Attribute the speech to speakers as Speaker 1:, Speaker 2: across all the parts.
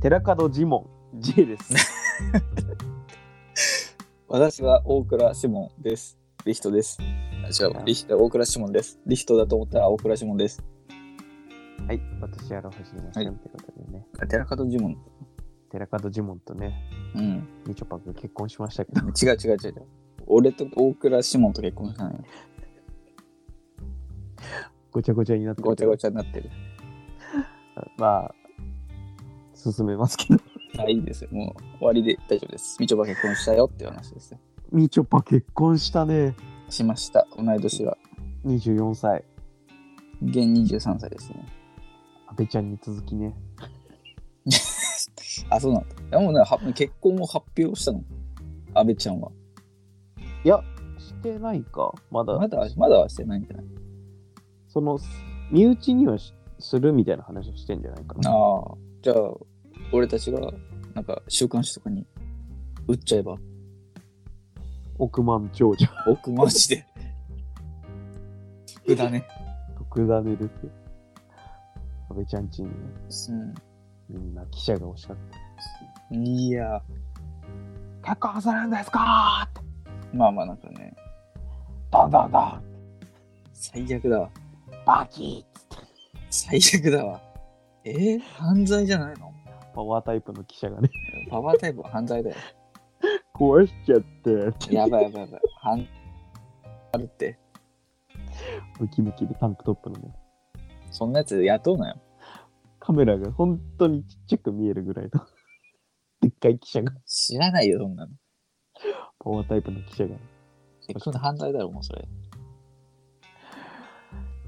Speaker 1: 寺門ジモン J です。
Speaker 2: 私は大倉志門です。リヒトです。あ違う、リヒ大倉志門です。リヒトだと思ったら大倉志門です。
Speaker 1: はい、私やろうはじめません、
Speaker 2: はい
Speaker 1: ということでね、
Speaker 2: あ寺門ジモン。
Speaker 1: 寺門ジモンとね、
Speaker 2: うん。
Speaker 1: みちょぱが結婚しましたけど、
Speaker 2: 違う違う違う違う。俺と大倉志門と結婚したのよ。
Speaker 1: ごちゃごちゃになって
Speaker 2: ごちゃご
Speaker 1: ち
Speaker 2: ちゃになってる。
Speaker 1: ゃ。まあ、進めますけど。
Speaker 2: あ、いいですよ。もう終わりで大丈夫です。みちょぱ結婚したよっていう話ですね。
Speaker 1: みちょぱ結婚したね。
Speaker 2: しました。同い年は。
Speaker 1: 24歳。
Speaker 2: 現23歳ですね。
Speaker 1: 阿部ちゃんに続きね。
Speaker 2: あ、そうなんだ。いやもうね、は結婚を発表したの。安倍ちゃんは。
Speaker 1: いや、してないか。まだ、
Speaker 2: まだ、まだはしてないんじゃない
Speaker 1: その、身内にはしするみたいな話をしてんじゃないかな。
Speaker 2: ああ。じゃあ、俺たちが、なんか、週刊誌とかに、売っちゃえば、
Speaker 1: 億万長者。
Speaker 2: 僕マジ で。得だね。
Speaker 1: 特ダネですよ。阿部ちゃんちにね、みんな記者がおっしゃって。
Speaker 2: うん。いや
Speaker 1: 結婚するんですかーって
Speaker 2: まあまあなんかね、
Speaker 1: どんどんどん
Speaker 2: 最悪だわ。
Speaker 1: バキッ
Speaker 2: 最悪だわ。えー、犯罪じゃないの
Speaker 1: パワータイプの記者がね
Speaker 2: パワータイプは犯罪だよ。
Speaker 1: 壊しちゃって
Speaker 2: やばいやばいやばい。犯あるって。
Speaker 1: ムキムキでタンクトップのね
Speaker 2: そんなやつ雇うなよ。
Speaker 1: カメラが本当にちっちゃく見えるぐらいの でっかい記者が
Speaker 2: 知らないよ、そんなの。
Speaker 1: パワータイプの記者が
Speaker 2: 結婚の犯罪だろ、もうそれ。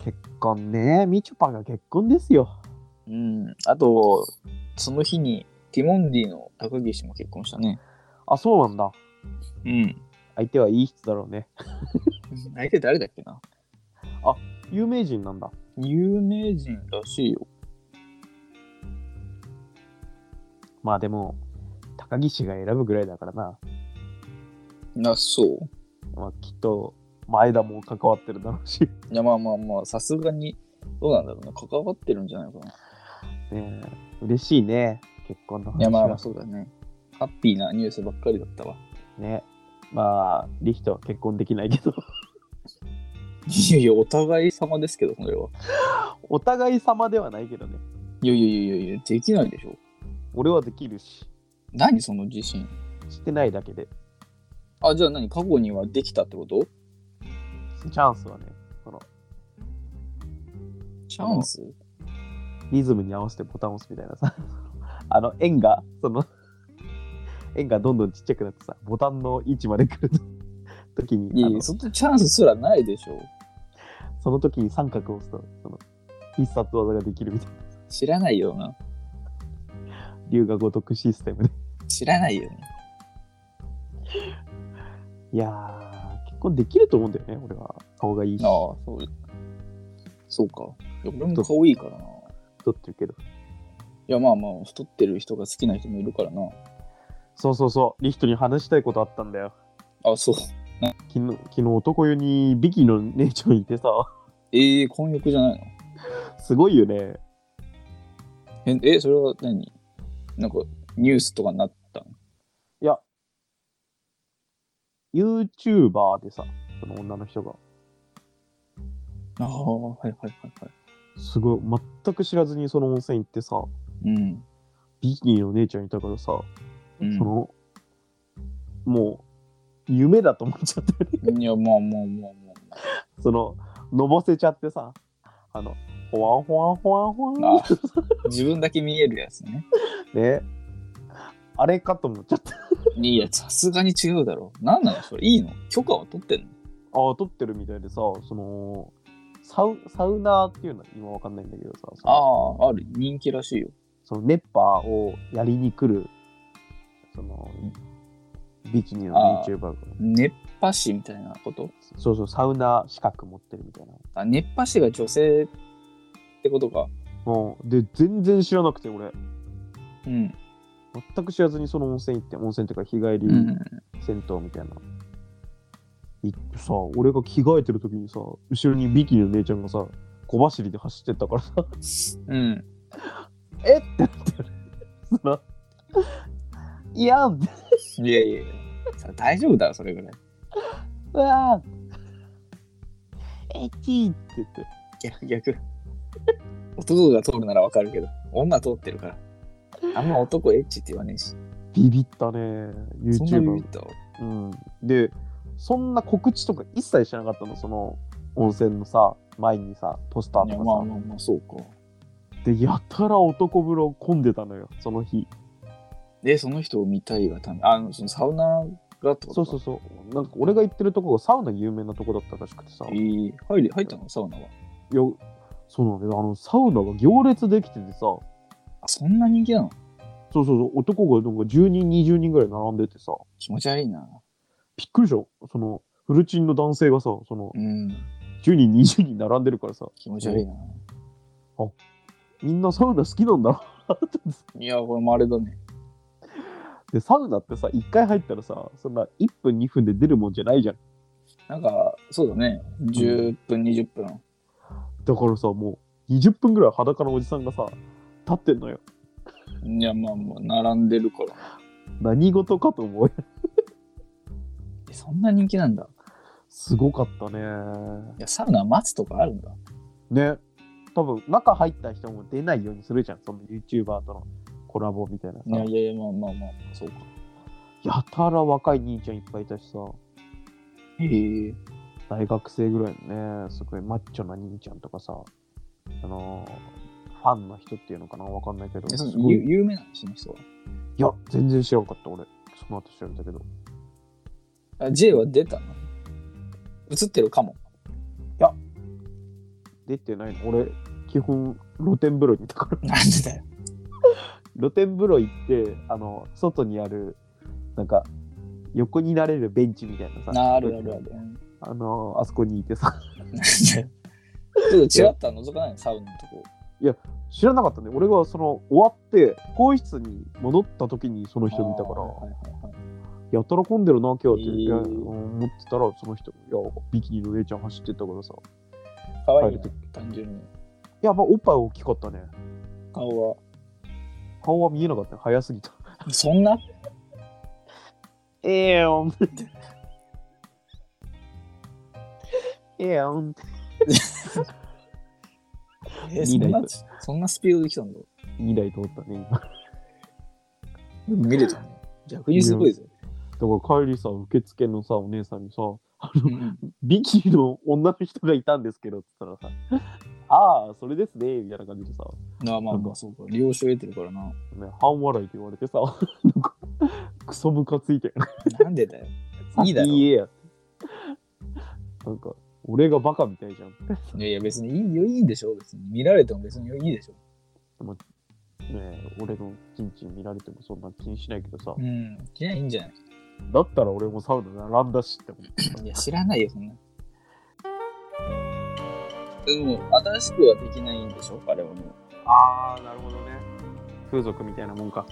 Speaker 1: 結婚ねみちょぱが結婚ですよ
Speaker 2: うん。あと、その日に、ティモンディの高岸も結婚したね。
Speaker 1: あそうなんだ
Speaker 2: うん。
Speaker 1: 相手はいい人だろうね
Speaker 2: 相手誰だっけな
Speaker 1: 有名人なんだ
Speaker 2: 有名人らしいよ。
Speaker 1: まあでも高岸が選ぶぐらいだからな、
Speaker 2: な、そう。
Speaker 1: まあ、きっと前田も関わってるだろうし、
Speaker 2: いや、まあまあまあ、さすがに、どうなんだろうな。関わってるんじゃないかな。
Speaker 1: ねえ、嬉しいね結婚の話
Speaker 2: いや、まあま
Speaker 1: は
Speaker 2: あ、そうだね。ハッピーなニュースばっかりだったわ。
Speaker 1: ねまあリヒとは結婚できないけど
Speaker 2: いやいや、お互い様ですけど、それは。
Speaker 1: お互い様ではないけどね。
Speaker 2: いやいやいやいや、できないでしょ。
Speaker 1: 俺はできるし、
Speaker 2: 何その自信。
Speaker 1: してないだけで。
Speaker 2: あ、じゃあ何過去にはできたってこと
Speaker 1: チャンスはね、この
Speaker 2: チャンス
Speaker 1: リズムに合わせてボタンを押すみたいなさ、 あの円が、その、円がどんどんちっちゃくなってさ、ボタンの位置まで来ると時
Speaker 2: い
Speaker 1: に
Speaker 2: や
Speaker 1: あ
Speaker 2: いや、
Speaker 1: のそ
Speaker 2: そんなチャンスすらないでしょ。
Speaker 1: の時に三角を押すと、その、必殺技ができるみたいな。
Speaker 2: 知らないよな。
Speaker 1: 龍が如くシステムで。
Speaker 2: 知らないよね。
Speaker 1: いやー、結婚できると思うんだよね、俺は。顔がいいし、
Speaker 2: ああ、そう。そうか。いや俺も顔いいからな。い
Speaker 1: 太ってるけど。
Speaker 2: や、まあまあ、太ってる人が好きな人もいるからな。
Speaker 1: そうそうそう、リヒトに話したいことあったんだよ。
Speaker 2: あ、そう。
Speaker 1: 昨日、昨日男湯にビキの姉ちゃんいてさ、
Speaker 2: ええー、婚欲じゃないの
Speaker 1: すごいよね。
Speaker 2: え、えそれは何なんかニュースとかになったの
Speaker 1: YouTuber でさ、その女の人が、
Speaker 2: ああ、はいはいはいは
Speaker 1: すごい、全く知らずにその温泉行ってさ、
Speaker 2: い。うん。
Speaker 1: ビキニの姉ちゃんいたからさ、
Speaker 2: うん
Speaker 1: その、もう、夢だと思っちゃって、
Speaker 2: いや、まあまあまあまあ。
Speaker 1: その、のぼせちゃってさ、あの、ほわんほわんほわんほわん
Speaker 2: あ自分だけ見えるやつね。
Speaker 1: ね。あれかと思っちゃった。
Speaker 2: いや、さすがに違うだろう。なんなのそれいいの許可は取ってんの
Speaker 1: ああ、撮ってるみたいでさ、その、サウサウナーっていうのは今わかんないんだけどさ、その
Speaker 2: ああ、ある。人気らしいよ。
Speaker 1: その熱波をやりに来る、その、ビキニの
Speaker 2: あー
Speaker 1: YouTuber が、
Speaker 2: 熱波師みたいなこと
Speaker 1: そうそう、サウナ資格持ってるみたいな。
Speaker 2: あ、熱波師が女性ってことか。
Speaker 1: もう、で、全然知らなくて、俺、
Speaker 2: うん。
Speaker 1: 全く知らずにその温泉行って、温泉っていうか、日帰
Speaker 2: う
Speaker 1: り
Speaker 2: ん。
Speaker 1: 銭湯みたいな。行ってさ、俺が着替えてる時にさ、後ろにビキニの姉ちゃんがさ、小走りで走ってったからさ、
Speaker 2: うん。
Speaker 1: えってなって、その、いやん
Speaker 2: いやいやいやさ大丈夫だろそれぐらい う
Speaker 1: わーエッチって言って。
Speaker 2: 逆逆男が通るならわかるけど女通ってるからあんま男エッチって言わねえし
Speaker 1: ビビったね、
Speaker 2: そんなビ
Speaker 1: YouTuber
Speaker 2: ビっ。た
Speaker 1: うん、で、そんな告知とか一切しなかったの、その温泉のさ、前にさ、ポスター
Speaker 2: い
Speaker 1: と
Speaker 2: や
Speaker 1: かさ。
Speaker 2: まあまあまあそうか
Speaker 1: で、やたら男風呂混んでたのよ、その日。
Speaker 2: でその人を見たいがためあのそのサウナがってこと
Speaker 1: そうそうそう。なんか俺が行ってるとこがサウナ有名なとこだったらしくてさ。
Speaker 2: えー、入り入ったのサウナはい
Speaker 1: や、そうなんだよ。あの、サウナが行列できててさ、そう
Speaker 2: あそんな人気なの
Speaker 1: そうそう、男がなんか10人、20人ぐらい並んでてさ、
Speaker 2: 気持ち悪いな
Speaker 1: びっくりした。その、フルチンの男性がさ、その、
Speaker 2: うん
Speaker 1: 10人、20人並んでるからさ、
Speaker 2: 気持ち悪いな、
Speaker 1: みんなサウナ好きなんだな。
Speaker 2: いやこれもあれだね
Speaker 1: で、サウナってさ、1回入ったらさ、そんな1分、2分で出るもんじゃないじゃん。
Speaker 2: なんかそうだね10分20分
Speaker 1: だからさ、もう20分ぐらい裸のおじさんがさ、立ってんのよ。
Speaker 2: いやまあまあ並んでるから
Speaker 1: 何事かと思う。
Speaker 2: えそんな人気なんだ
Speaker 1: すごかったね。
Speaker 2: いやサウナ待つとかあるんだ
Speaker 1: ね。多分、中入った人も出ないようにするじゃん。その YouTuber とのコラボみたいなさ。
Speaker 2: いやいやいやまあまあまあそうか
Speaker 1: やたら若い兄ちゃんいっぱいいたしさ、
Speaker 2: へえ
Speaker 1: 大学生ぐらいのね、すごいマッチョな兄ちゃんとかさ、あのーファンの人っていうのかなわかんないけど、
Speaker 2: その
Speaker 1: すごい
Speaker 2: ゆ有名なのその人はい
Speaker 1: や、全然知らんかった、俺。その後調べたけど。い
Speaker 2: あ J は出たの映ってるかも
Speaker 1: や、出てないの。俺、基本、露天風呂にいたから。
Speaker 2: なんでだよ
Speaker 1: 露天風呂行って、あの、外にある、なんか、横になれるベンチみたいなさ、
Speaker 2: なあるあるあるうん
Speaker 1: あのーあそこにいてさ、
Speaker 2: なんでちょっとちらっとは覗かないのサウナのとこ
Speaker 1: 知らなかったね俺がその終わって更衣室に戻った時にその人見たから
Speaker 2: はいはいはい
Speaker 1: やたら混んでるな今日って、
Speaker 2: えー
Speaker 1: 思ってたらその人いやビキニの姉ちゃん走ってったからさい
Speaker 2: かわいい
Speaker 1: 帰
Speaker 2: な単純に
Speaker 1: やまあおっぱい大きかったね
Speaker 2: 顔は
Speaker 1: 顔は見えなかったね早すぎた
Speaker 2: そんな
Speaker 1: ええよ んええよん
Speaker 2: えー
Speaker 1: 見
Speaker 2: そ
Speaker 1: なんい
Speaker 2: なそんなスピードで来たんだ
Speaker 1: 2台通ったね今だか
Speaker 2: 見れたね逆にすごいぜ
Speaker 1: ら帰りさ受付のさお姉さんにさビキニの女の人がいたんですけどって言ったらさああそれですねみたいな感じでさ
Speaker 2: まあまあまあそうか利用証得てるからな
Speaker 1: ね、半笑いって言われてさ、 なんか、クソムカついて、
Speaker 2: なんでだ よいいだろ
Speaker 1: 先言えや。なんか、俺がバカみたいじゃん。
Speaker 2: いやいや別にいいよいいでしょ別に見られても別にいいでしょ
Speaker 1: ねえ、俺のチンチン見られてもそんな気にしないけどさ
Speaker 2: う、んいやいいんじゃない
Speaker 1: だったら俺もサウナ並んだしって思って。
Speaker 2: いや知らないよそんなでも新しくはできないんでしょあれはもう
Speaker 1: あー、なるほどね。風俗みたいなもんか。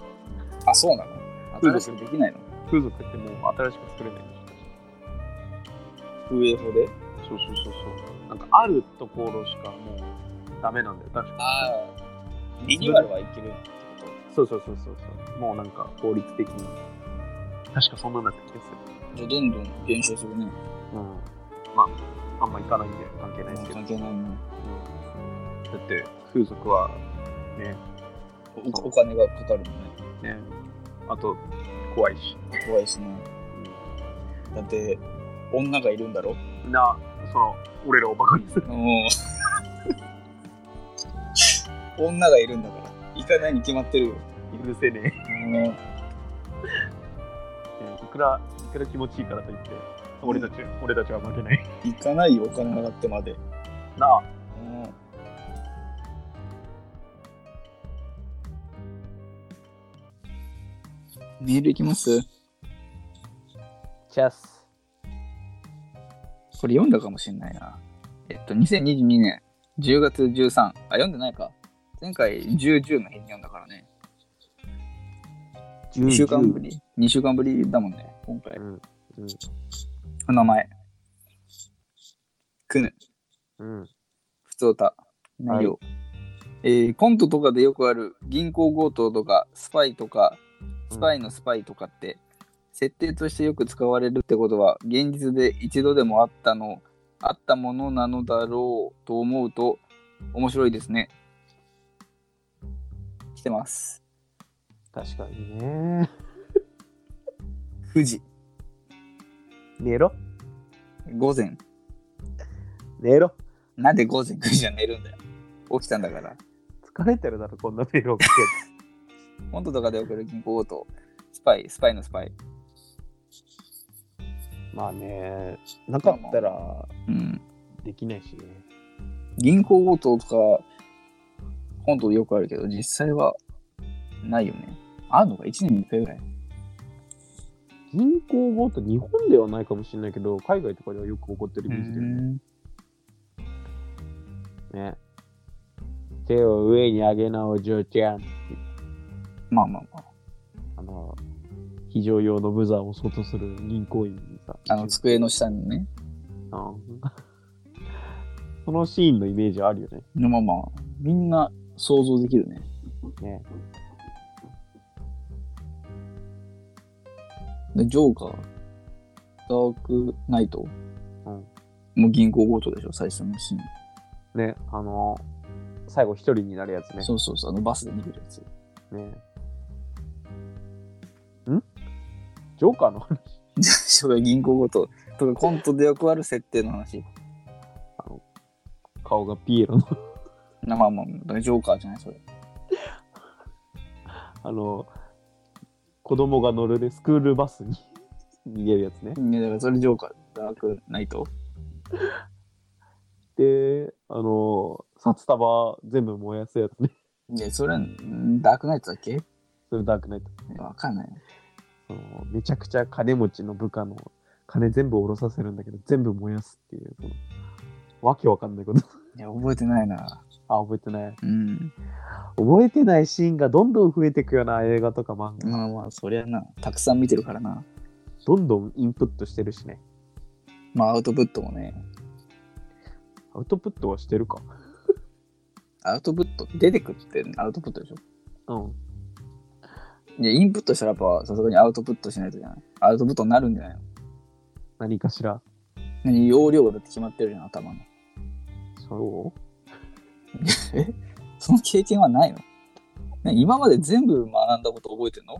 Speaker 2: あそうなの新しくできないの
Speaker 1: 風俗ってもう新しく作れないんでし
Speaker 2: 上ほで
Speaker 1: ょ。そうそうそうそう。なんか、あるところしかもう、ダメなんだよ。確か
Speaker 2: ああリニューアルはいけるってこ
Speaker 1: そうそうそうそうそう。もうなんか、法律的に。確かそんなんだった気がする。
Speaker 2: とじゃあどんどん減少するね
Speaker 1: うん、まああんま行かないんで関係ないですけど、
Speaker 2: 関係ないな
Speaker 1: だって風俗はね
Speaker 2: おお金がかかるのね
Speaker 1: ねあと怖いし、
Speaker 2: 怖いしねだって女がいるんだろ
Speaker 1: みんなその俺らをバカにする
Speaker 2: もう 女がいるんだから行かないに決まってるよ
Speaker 1: 許せね
Speaker 2: もう
Speaker 1: え、いくらいくら気持ちいいからといって俺たち、俺たちは負けない
Speaker 2: 行かないよお金払ってまで
Speaker 1: なあ
Speaker 2: もうメールいきます
Speaker 1: チャス
Speaker 2: これ読んだかもしれないなえっと2022年10月13あ読んでないか前回1010の日に読んだからね2週間ぶり2週間ぶりだもんね今回
Speaker 1: うん
Speaker 2: お名前くぬ
Speaker 1: うんうん
Speaker 2: ふつおた内容、えーコントとかでよくある銀行強盗とかスパイとかスパイのスパイとかって、設定としてよく使われるってことは現実で一度でもあったのあったものなのだろうと思うと面白いですね。来てます。
Speaker 1: 確かにね。
Speaker 2: 9時、
Speaker 1: 寝ろ、
Speaker 2: 午前。
Speaker 1: 寝ろ。
Speaker 2: なんで午前9時じゃ寝るんだよ。起きたんだから。
Speaker 1: 疲れてるだろ、こんなメール送って。
Speaker 2: コントとかで起こる銀行強盗、スパイ、スパイのスパイ。
Speaker 1: まあね、なかったら
Speaker 2: うん。
Speaker 1: できないしね。
Speaker 2: 銀行強盗とか、コントよくあるけど、実際はないよね。あるのか ?1 年に1回ぐらい。
Speaker 1: 銀行強盗、日本ではないかもしれないけど、海外とかではよく起こってるビジだよね。ね手を上に上げなお嬢ちゃん。
Speaker 2: まあまあま
Speaker 1: あの、非常用のブザーを外する銀行員にさ。
Speaker 2: あ。あの、机の下にね。
Speaker 1: うん。 そのシーンのイメージはあるよね。
Speaker 2: まあまあ、みんな想像できるね。
Speaker 1: ね
Speaker 2: で、ジョーカー、ダークナイト、
Speaker 1: うん
Speaker 2: もう銀行強盗でしょ、最初のシーン。
Speaker 1: ね、あの、最後一人になるやつね。
Speaker 2: そうそうそう、あのバスで逃げるやつ。
Speaker 1: ねんジョーカーの 話
Speaker 2: それ銀行強盗とかコントでよくある設定の話。
Speaker 1: 顔がピエロの。
Speaker 2: なまあまあ、だからジョーカーじゃない、それ。
Speaker 1: あの、子供が乗るね、スクールバスに逃げるやつね。
Speaker 2: いや、だからそれジョーカー、ダークナイト。
Speaker 1: で、あの、札束全部燃やすやつね。
Speaker 2: いや、それ、んダークナイトだっけ
Speaker 1: それダークナイト。
Speaker 2: わかんない。
Speaker 1: そのめちゃくちゃ金持ちの部下の金全部下ろさせるんだけど、全部燃やすっていう、そのわけわかんないこと。
Speaker 2: いや、覚えてないな。
Speaker 1: あ、覚えてない。
Speaker 2: うん。
Speaker 1: 覚えてないシーンがどんどん増えていくような映画とか漫画。
Speaker 2: まあまあ、そりゃな。たくさん見てるからな。
Speaker 1: どんどんインプットしてるしね。
Speaker 2: まあ、アウトプットもね。
Speaker 1: アウトプットはしてるか。
Speaker 2: アウトプット、出てくってアウトプットでしょ。
Speaker 1: うん。
Speaker 2: いや、インプットしたらやっぱ、さすがにアウトプットしないとじゃない。アウトプットになるんじゃないの
Speaker 1: 何かしら。
Speaker 2: 何、容量がだって決まってるじゃん、頭の。
Speaker 1: そう
Speaker 2: その経験はないの何今まで全部学んだこと覚えてんの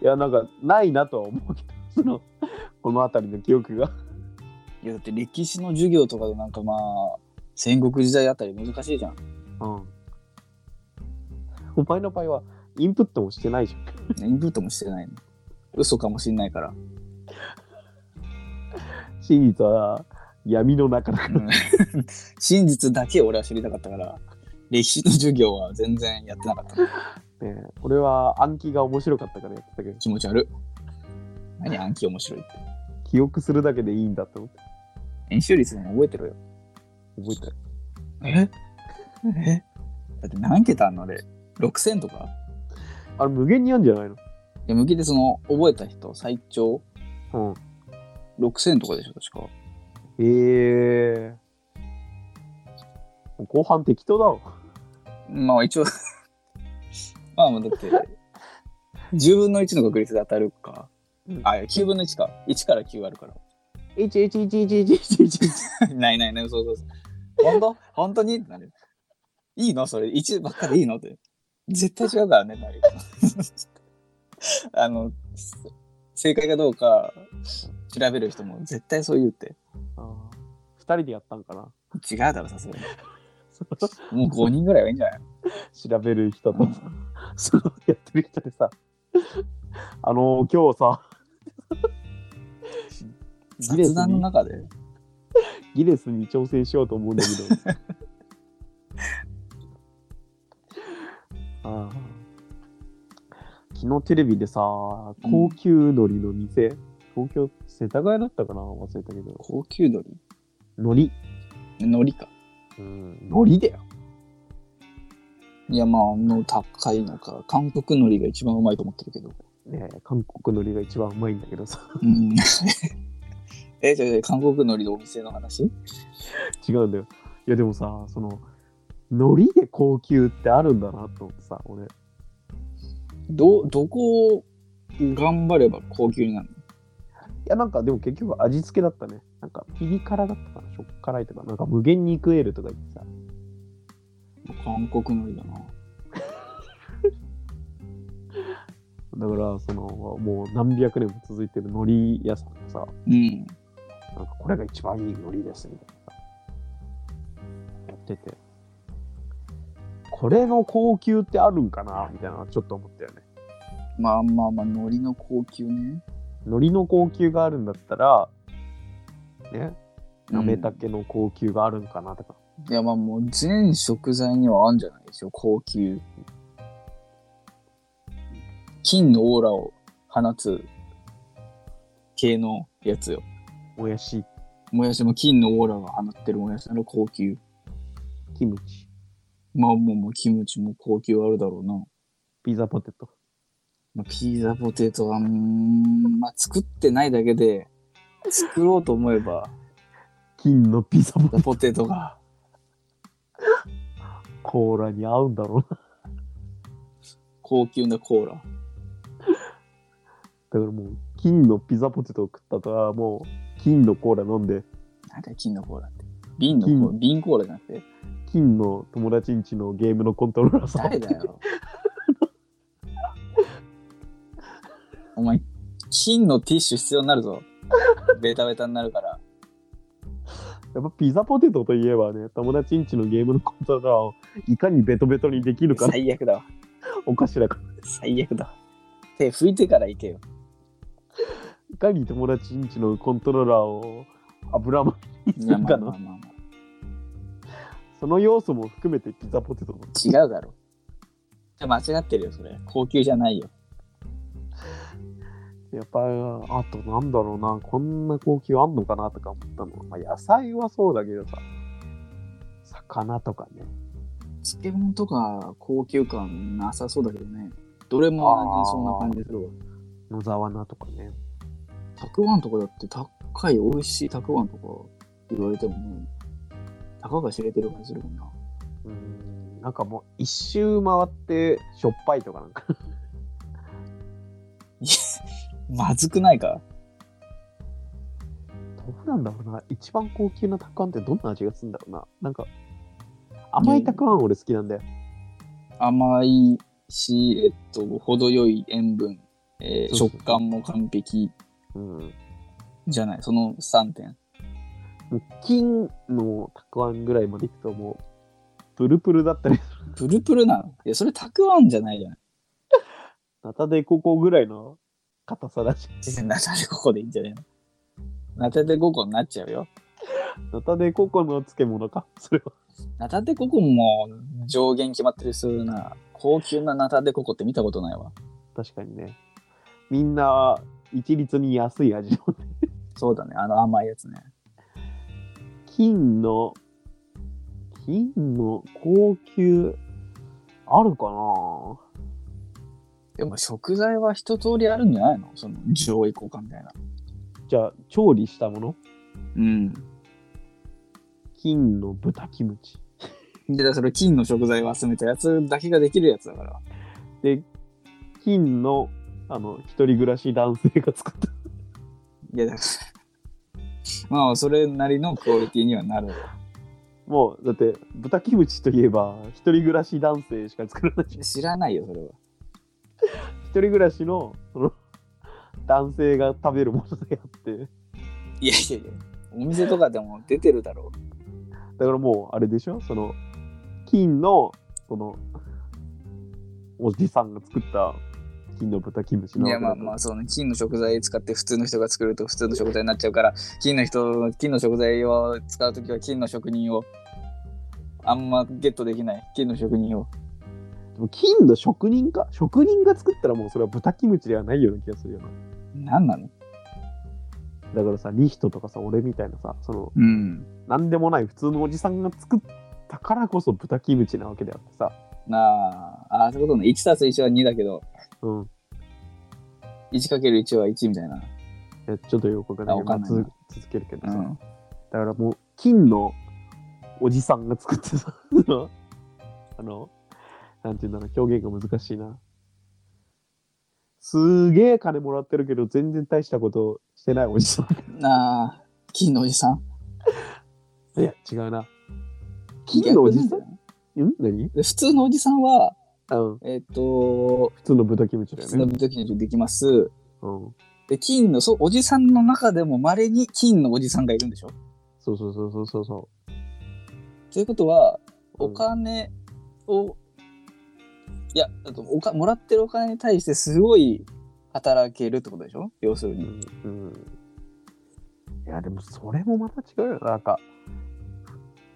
Speaker 1: いや、なんか、ないなとは思うけど、その、この辺りの記憶が。
Speaker 2: いやだって歴史の授業とかでなんかまあ戦国時代あたり難しいじゃん。
Speaker 1: うん。お前の場合は、インプットもしてないじゃん。
Speaker 2: インプットもしてないの。 嘘かもしんないから。
Speaker 1: 真実は闇の中だから。
Speaker 2: 真実だけ俺は知りたかったから歴史の授業は全然やってなかった。
Speaker 1: ねえ、俺は暗記が面白かったからやってたけど、
Speaker 2: 気持ち悪い。何暗記面白いって。
Speaker 1: 記憶するだけでいいんだって思って
Speaker 2: 演習率でも覚えてろよ。
Speaker 1: 覚えてる。
Speaker 2: ええだって何桁あんのあれ ?6000 とか
Speaker 1: あれ無限にあるんじゃないの
Speaker 2: いや向けてその覚えた人最長
Speaker 1: うん。
Speaker 2: 6000とかでしょ確か。
Speaker 1: ええ後半適当だ ろ。
Speaker 2: まあ一応 まあまあだって10分の1の確率で当たるか、
Speaker 1: うん
Speaker 2: あいや9分の1か1から9あるから
Speaker 1: 11111111。
Speaker 2: ないないないそうそうそう本当本当にってなるいいのそれ1ばっかでいいのって絶対違うからねってなるよ あの正解かどうか調べる人も絶対そう言うって
Speaker 1: あー二人でやったんか な
Speaker 2: 違うだろさすがにもう5人ぐらいはいいんじゃない
Speaker 1: 調べる人とさ、 そのやってる人でさ、あのー、今日さ、ギネス
Speaker 2: 雑
Speaker 1: に
Speaker 2: 談の中で
Speaker 1: ギネスに挑戦しようと思うんだけど。 ああ昨日テレビでさ、高級海苔の店、東京、世田谷だったかな忘れたけど、
Speaker 2: 高級鳥
Speaker 1: 海苔。
Speaker 2: のりか
Speaker 1: うん、
Speaker 2: 海苔だよ。いや、まあ、あの、高いのか、韓国海苔が一番うまいと思ってるけど。
Speaker 1: ねえ韓国海苔が一番うまいんだけどさ、
Speaker 2: うん。 え、じゃあ、韓国海苔のお店の話
Speaker 1: 違うんだよ。いやでもさ、その、ノリで高級ってあるんだなと思ってさ、俺。
Speaker 2: ど、どこを頑張れば高級になる
Speaker 1: いや、なんかでも結局味付けだったね。なんかピリ辛だったかな、しょっ辛いとか、なんか無限に食えるとか言ってさ。
Speaker 2: の韓国海苔だな。
Speaker 1: だから、その、もう何百年も続いてる海苔屋さんがさ、
Speaker 2: うん。
Speaker 1: なんかこれが一番いい海苔ですみたいなさ。やってて。これの高級ってあるんかなみたいな、ちょっと思ったよね。
Speaker 2: まあまあまあ、海苔の高級ね。
Speaker 1: 海苔の高級があるんだったら、ね、なめたけの高級があるんかなとか。
Speaker 2: いやまあもう全食材にはあるんじゃないでしょう高級金のオーラを放つ系のやつよ
Speaker 1: もやし、
Speaker 2: もやしも金のオーラが放ってるもやしの高級
Speaker 1: キムチ、
Speaker 2: まあもうもうキムチも高級あるだろうな、
Speaker 1: ピザポテト。
Speaker 2: まあ、ピザポテトはうーんまあ作ってないだけで作ろうと思えば
Speaker 1: 金のピザポテ
Speaker 2: ピザポテトが
Speaker 1: ト。コーラに合うんだろうな。
Speaker 2: 高級なコーラ
Speaker 1: だからもう、金のピザポテトを食ったとは、もう、金のコーラ飲んで、
Speaker 2: なんだよ金のコーラって瓶のコーラ
Speaker 1: 金
Speaker 2: 瓶コーラじゃなくて
Speaker 1: 金の友達んちのゲームのコントローラーさ
Speaker 2: 誰だよ。 お前、金のティッシュ必要になるぞ。ベタベタになるから。
Speaker 1: やっぱピザポテトといえばね、友達んちのゲームのコントローラーをいかにベトベトにできるか、
Speaker 2: 最悪だわ。
Speaker 1: おかしなから、
Speaker 2: 最悪だわ。手拭いてから行けよ。
Speaker 1: いかに友達んちのコントローラーを油まみに
Speaker 2: い
Speaker 1: す
Speaker 2: や
Speaker 1: る
Speaker 2: ま
Speaker 1: か
Speaker 2: あまあ
Speaker 1: の、
Speaker 2: まあまあ
Speaker 1: その要素も含めてピザポテトの。
Speaker 2: 違うだろ。じゃ間違ってるよ、それ。高級じゃないよ。
Speaker 1: やっぱ、あとなんだろうな、こんな高級あんのかなとか思ったのは、まあ、野菜はそうだけどさ、魚とかね。
Speaker 2: 漬物とか高級感なさそうだけどね。どれも同じそんな感じするわ。
Speaker 1: 野沢菜とかね。
Speaker 2: たくあんとかだって高い、美味しいたくあんとか言われてもね、たかが知れてる感じするもんな。
Speaker 1: うーん、なんかもう一周回ってしょっぱいとかなんか。
Speaker 2: いやまずくないか
Speaker 1: どうなんだろうな。一番高級なたくあんってどんな味がするんだろうな。なんか、甘いたくあん俺好きなんだよ。
Speaker 2: 甘いし、えっと、程よい塩分、えー
Speaker 1: そうそう
Speaker 2: 食感も完璧
Speaker 1: うん。も
Speaker 2: じゃない、その3点。
Speaker 1: う金のたくあんぐらいまでいくともう、プルプルだったり、
Speaker 2: プルプルなのいや、それたくあんじゃないじゃない。
Speaker 1: ナタデココぐらいの硬さだし。
Speaker 2: 実際、 ナタデココでいいんじゃねえのナタデココになっちゃうよ。
Speaker 1: ナタデココの漬物か。 それは。
Speaker 2: ナタデココも上限決まってるするな。高級なナタデココって見たことないわ。
Speaker 1: 確かにね。みんな、一律に安い味の。
Speaker 2: そうだね、あの甘いやつね。
Speaker 1: 金の、金の高級、あるかな
Speaker 2: でも食材は一通りあるんじゃないのその上位効果みたいな。
Speaker 1: じゃあ、調理したもの
Speaker 2: うん。
Speaker 1: 金の豚キムチ。
Speaker 2: で、それ金の食材を集めたやつだけができるやつだから。
Speaker 1: で、金の、あの、一人暮らし男性が作った。
Speaker 2: いや、だから まあ、それなりのクオリティにはなる。
Speaker 1: もう、だって、豚キムチといえば、一人暮らし男性しか作らないじゃん。
Speaker 2: 知らないよ、それは。
Speaker 1: 一人暮らしの、その、男性が食べるものであって。
Speaker 2: いやいやいや、お店とかでも出てるだろ
Speaker 1: だからもう、あれでしょその、金の、その、おじさんが作った金の豚キムチ
Speaker 2: う。
Speaker 1: ないわ
Speaker 2: や、
Speaker 1: けだから
Speaker 2: まあまあ、その金の食材使って普通の人が作ると普通の食材になっちゃうから、金の人、金の食材を使うときは金の職人を、あんまゲットできない、金の職人を。
Speaker 1: でも金の職人か職人が作ったらもうそれは豚キムチではないような気がするよな。
Speaker 2: なんなの
Speaker 1: だからさ、リヒトとかさ、俺みたいなさ、その、
Speaker 2: うん。
Speaker 1: なんでもない普通のおじさんが作ったからこそ豚キムチなわけであってさ、
Speaker 2: なあ、ああ、そういうことね。1たす1は2だけど、
Speaker 1: うん。
Speaker 2: 1×1 は1みたいな。
Speaker 1: いやちょっとよくわかんないけど、
Speaker 2: あわかんないな
Speaker 1: まあ続続けるけど
Speaker 2: う
Speaker 1: さ、
Speaker 2: ん
Speaker 1: だからもう、金のおじさんが作ってさ、その あの、なんていうんだろう、表現が難しいな。すげえ金もらってるけど、全然大したことしてないおじさ
Speaker 2: なあ、金のおじさん。
Speaker 1: ん。いや、違うな。金のおじさん
Speaker 2: 逆なん
Speaker 1: ん何
Speaker 2: だよ普通のおじさんは、
Speaker 1: うん。
Speaker 2: えっ、と、
Speaker 1: 普通の豚キムチだ
Speaker 2: 普
Speaker 1: よ
Speaker 2: 通の
Speaker 1: ね。
Speaker 2: 時にできます。
Speaker 1: うん。
Speaker 2: で、金の、そう、おじさんの中でも稀に金のおじさんがいるんでしょ
Speaker 1: そうそうそうそうそうそ
Speaker 2: ということは、
Speaker 1: う。う
Speaker 2: お
Speaker 1: ん
Speaker 2: 金を、いや、あとおか、もらってるお金に対してすごい働けるってことでしょ要する
Speaker 1: う
Speaker 2: に。
Speaker 1: んうんいやでもそれもまた違うよななんか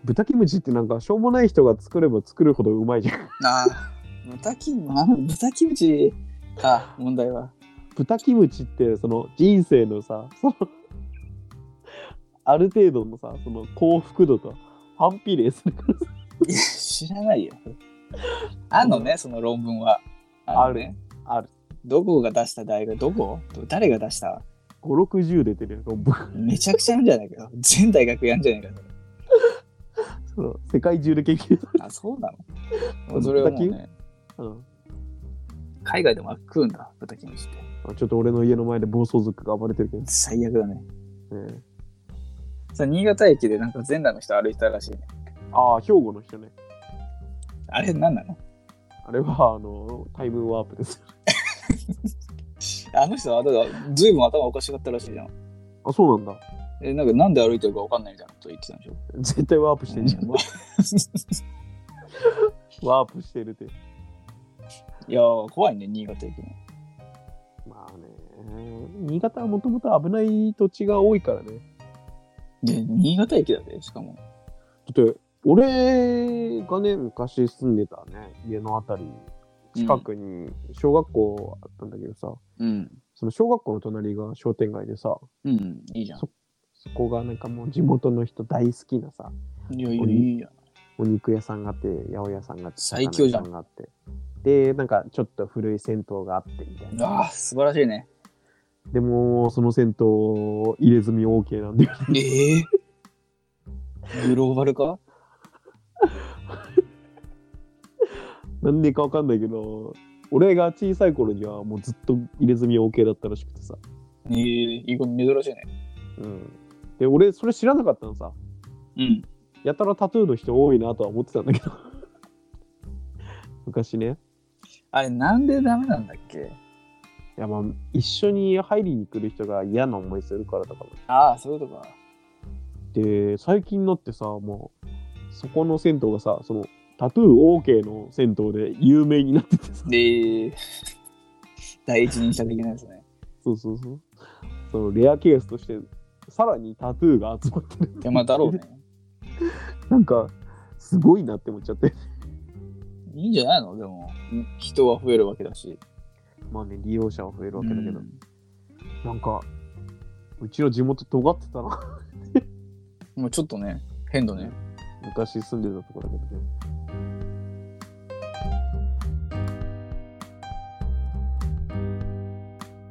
Speaker 1: 豚キムチってなんかしょうもない人が作れば作るほどうまいじゃん
Speaker 2: ああ、豚キム、あ豚キムチか、問題は。
Speaker 1: 豚キムチってその人生のさそのある程度のさその幸福度と反比例するからさ
Speaker 2: いや、知らないよ。あんのね、その論文は。のね
Speaker 1: ある。
Speaker 2: どこが出した大学、どこ誰が出した
Speaker 1: 560出てるよ論文
Speaker 2: めちゃくちゃやんじゃないか。全大学やんじゃないか。
Speaker 1: その世界中で研究 さ
Speaker 2: あ、そうなの もうそれはもうね、
Speaker 1: れ、うん
Speaker 2: 海外でも食うんだ、豚キムチって。
Speaker 1: あ、ちょっと俺の家の前で暴走族が暴れてるけど、ね
Speaker 2: 最悪だね。
Speaker 1: え、
Speaker 2: さ新潟駅でなんか全裸の人歩いてたらしいね。
Speaker 1: ああ兵庫の人ね
Speaker 2: あれ何なの
Speaker 1: あれはあのタイムワープです
Speaker 2: あの人はだからずいぶん頭おかしかったらしいじゃん。
Speaker 1: あそうなんだ
Speaker 2: え、なんかなんで歩いてるかわかんないみたいなこと言ってたんでしょ
Speaker 1: 絶対ワープしてんじゃんワープしてるって。
Speaker 2: いやー、怖いね、新潟駅も。
Speaker 1: まあね、新潟はもともと危ない土地が多いからね。
Speaker 2: で、新潟駅だぜ、しかも。
Speaker 1: だって、俺がね、昔住んでたね、家のあたり、近くに小学校あったんだけどさ、
Speaker 2: うん。
Speaker 1: その小学校の隣が商店街でさ、
Speaker 2: うん、いいじゃ
Speaker 1: そそこがなんかもう地元の人大好きなさ、
Speaker 2: ん。いや、いや、いいじゃん。
Speaker 1: お肉屋さんがあって、八百屋さんがあって、
Speaker 2: 最強じゃ
Speaker 1: 魚屋
Speaker 2: ん
Speaker 1: さがあって。で、なんかちょっと古い銭湯があってみたいな。
Speaker 2: ああ、素晴らしいね。
Speaker 1: でも、その銭湯、入れ墨 OK なんだよね。
Speaker 2: ええグローバル化
Speaker 1: なんでかわかんないけど、俺が小さい頃にはもうずっと入れ墨 OK だったらしくてさ。
Speaker 2: ええ意外に珍しいね。
Speaker 1: うん。で、俺、それ知らなかったのさ。
Speaker 2: うん。
Speaker 1: やたらタトゥーの人多いなとは思ってたんだけど。 昔ね。
Speaker 2: あれ、なんでダメなんだっけ
Speaker 1: いや、まあ、一緒に入りに来る人が嫌な思いするからとかも。
Speaker 2: ああ、そういうことか。
Speaker 1: で、最近になってさ、もう、そこの銭湯がさ、その、タトゥー OK の銭湯で有名になってて さ。
Speaker 2: で、 第一人者的なやつね。
Speaker 1: そうそうそう。そのレアケースとして、さらにタトゥーが集まってる。
Speaker 2: いや、まあ、だろうね。
Speaker 1: なんか、すごいなって思っちゃって。
Speaker 2: いいんじゃないのでも、人は増えるわけだし。
Speaker 1: まあね、利用者は増えるわけだけど、
Speaker 2: うん
Speaker 1: なんか、うちの地元尖ってたな。
Speaker 2: もうちょっとね、変だね。
Speaker 1: 昔住んでたとこだけどね。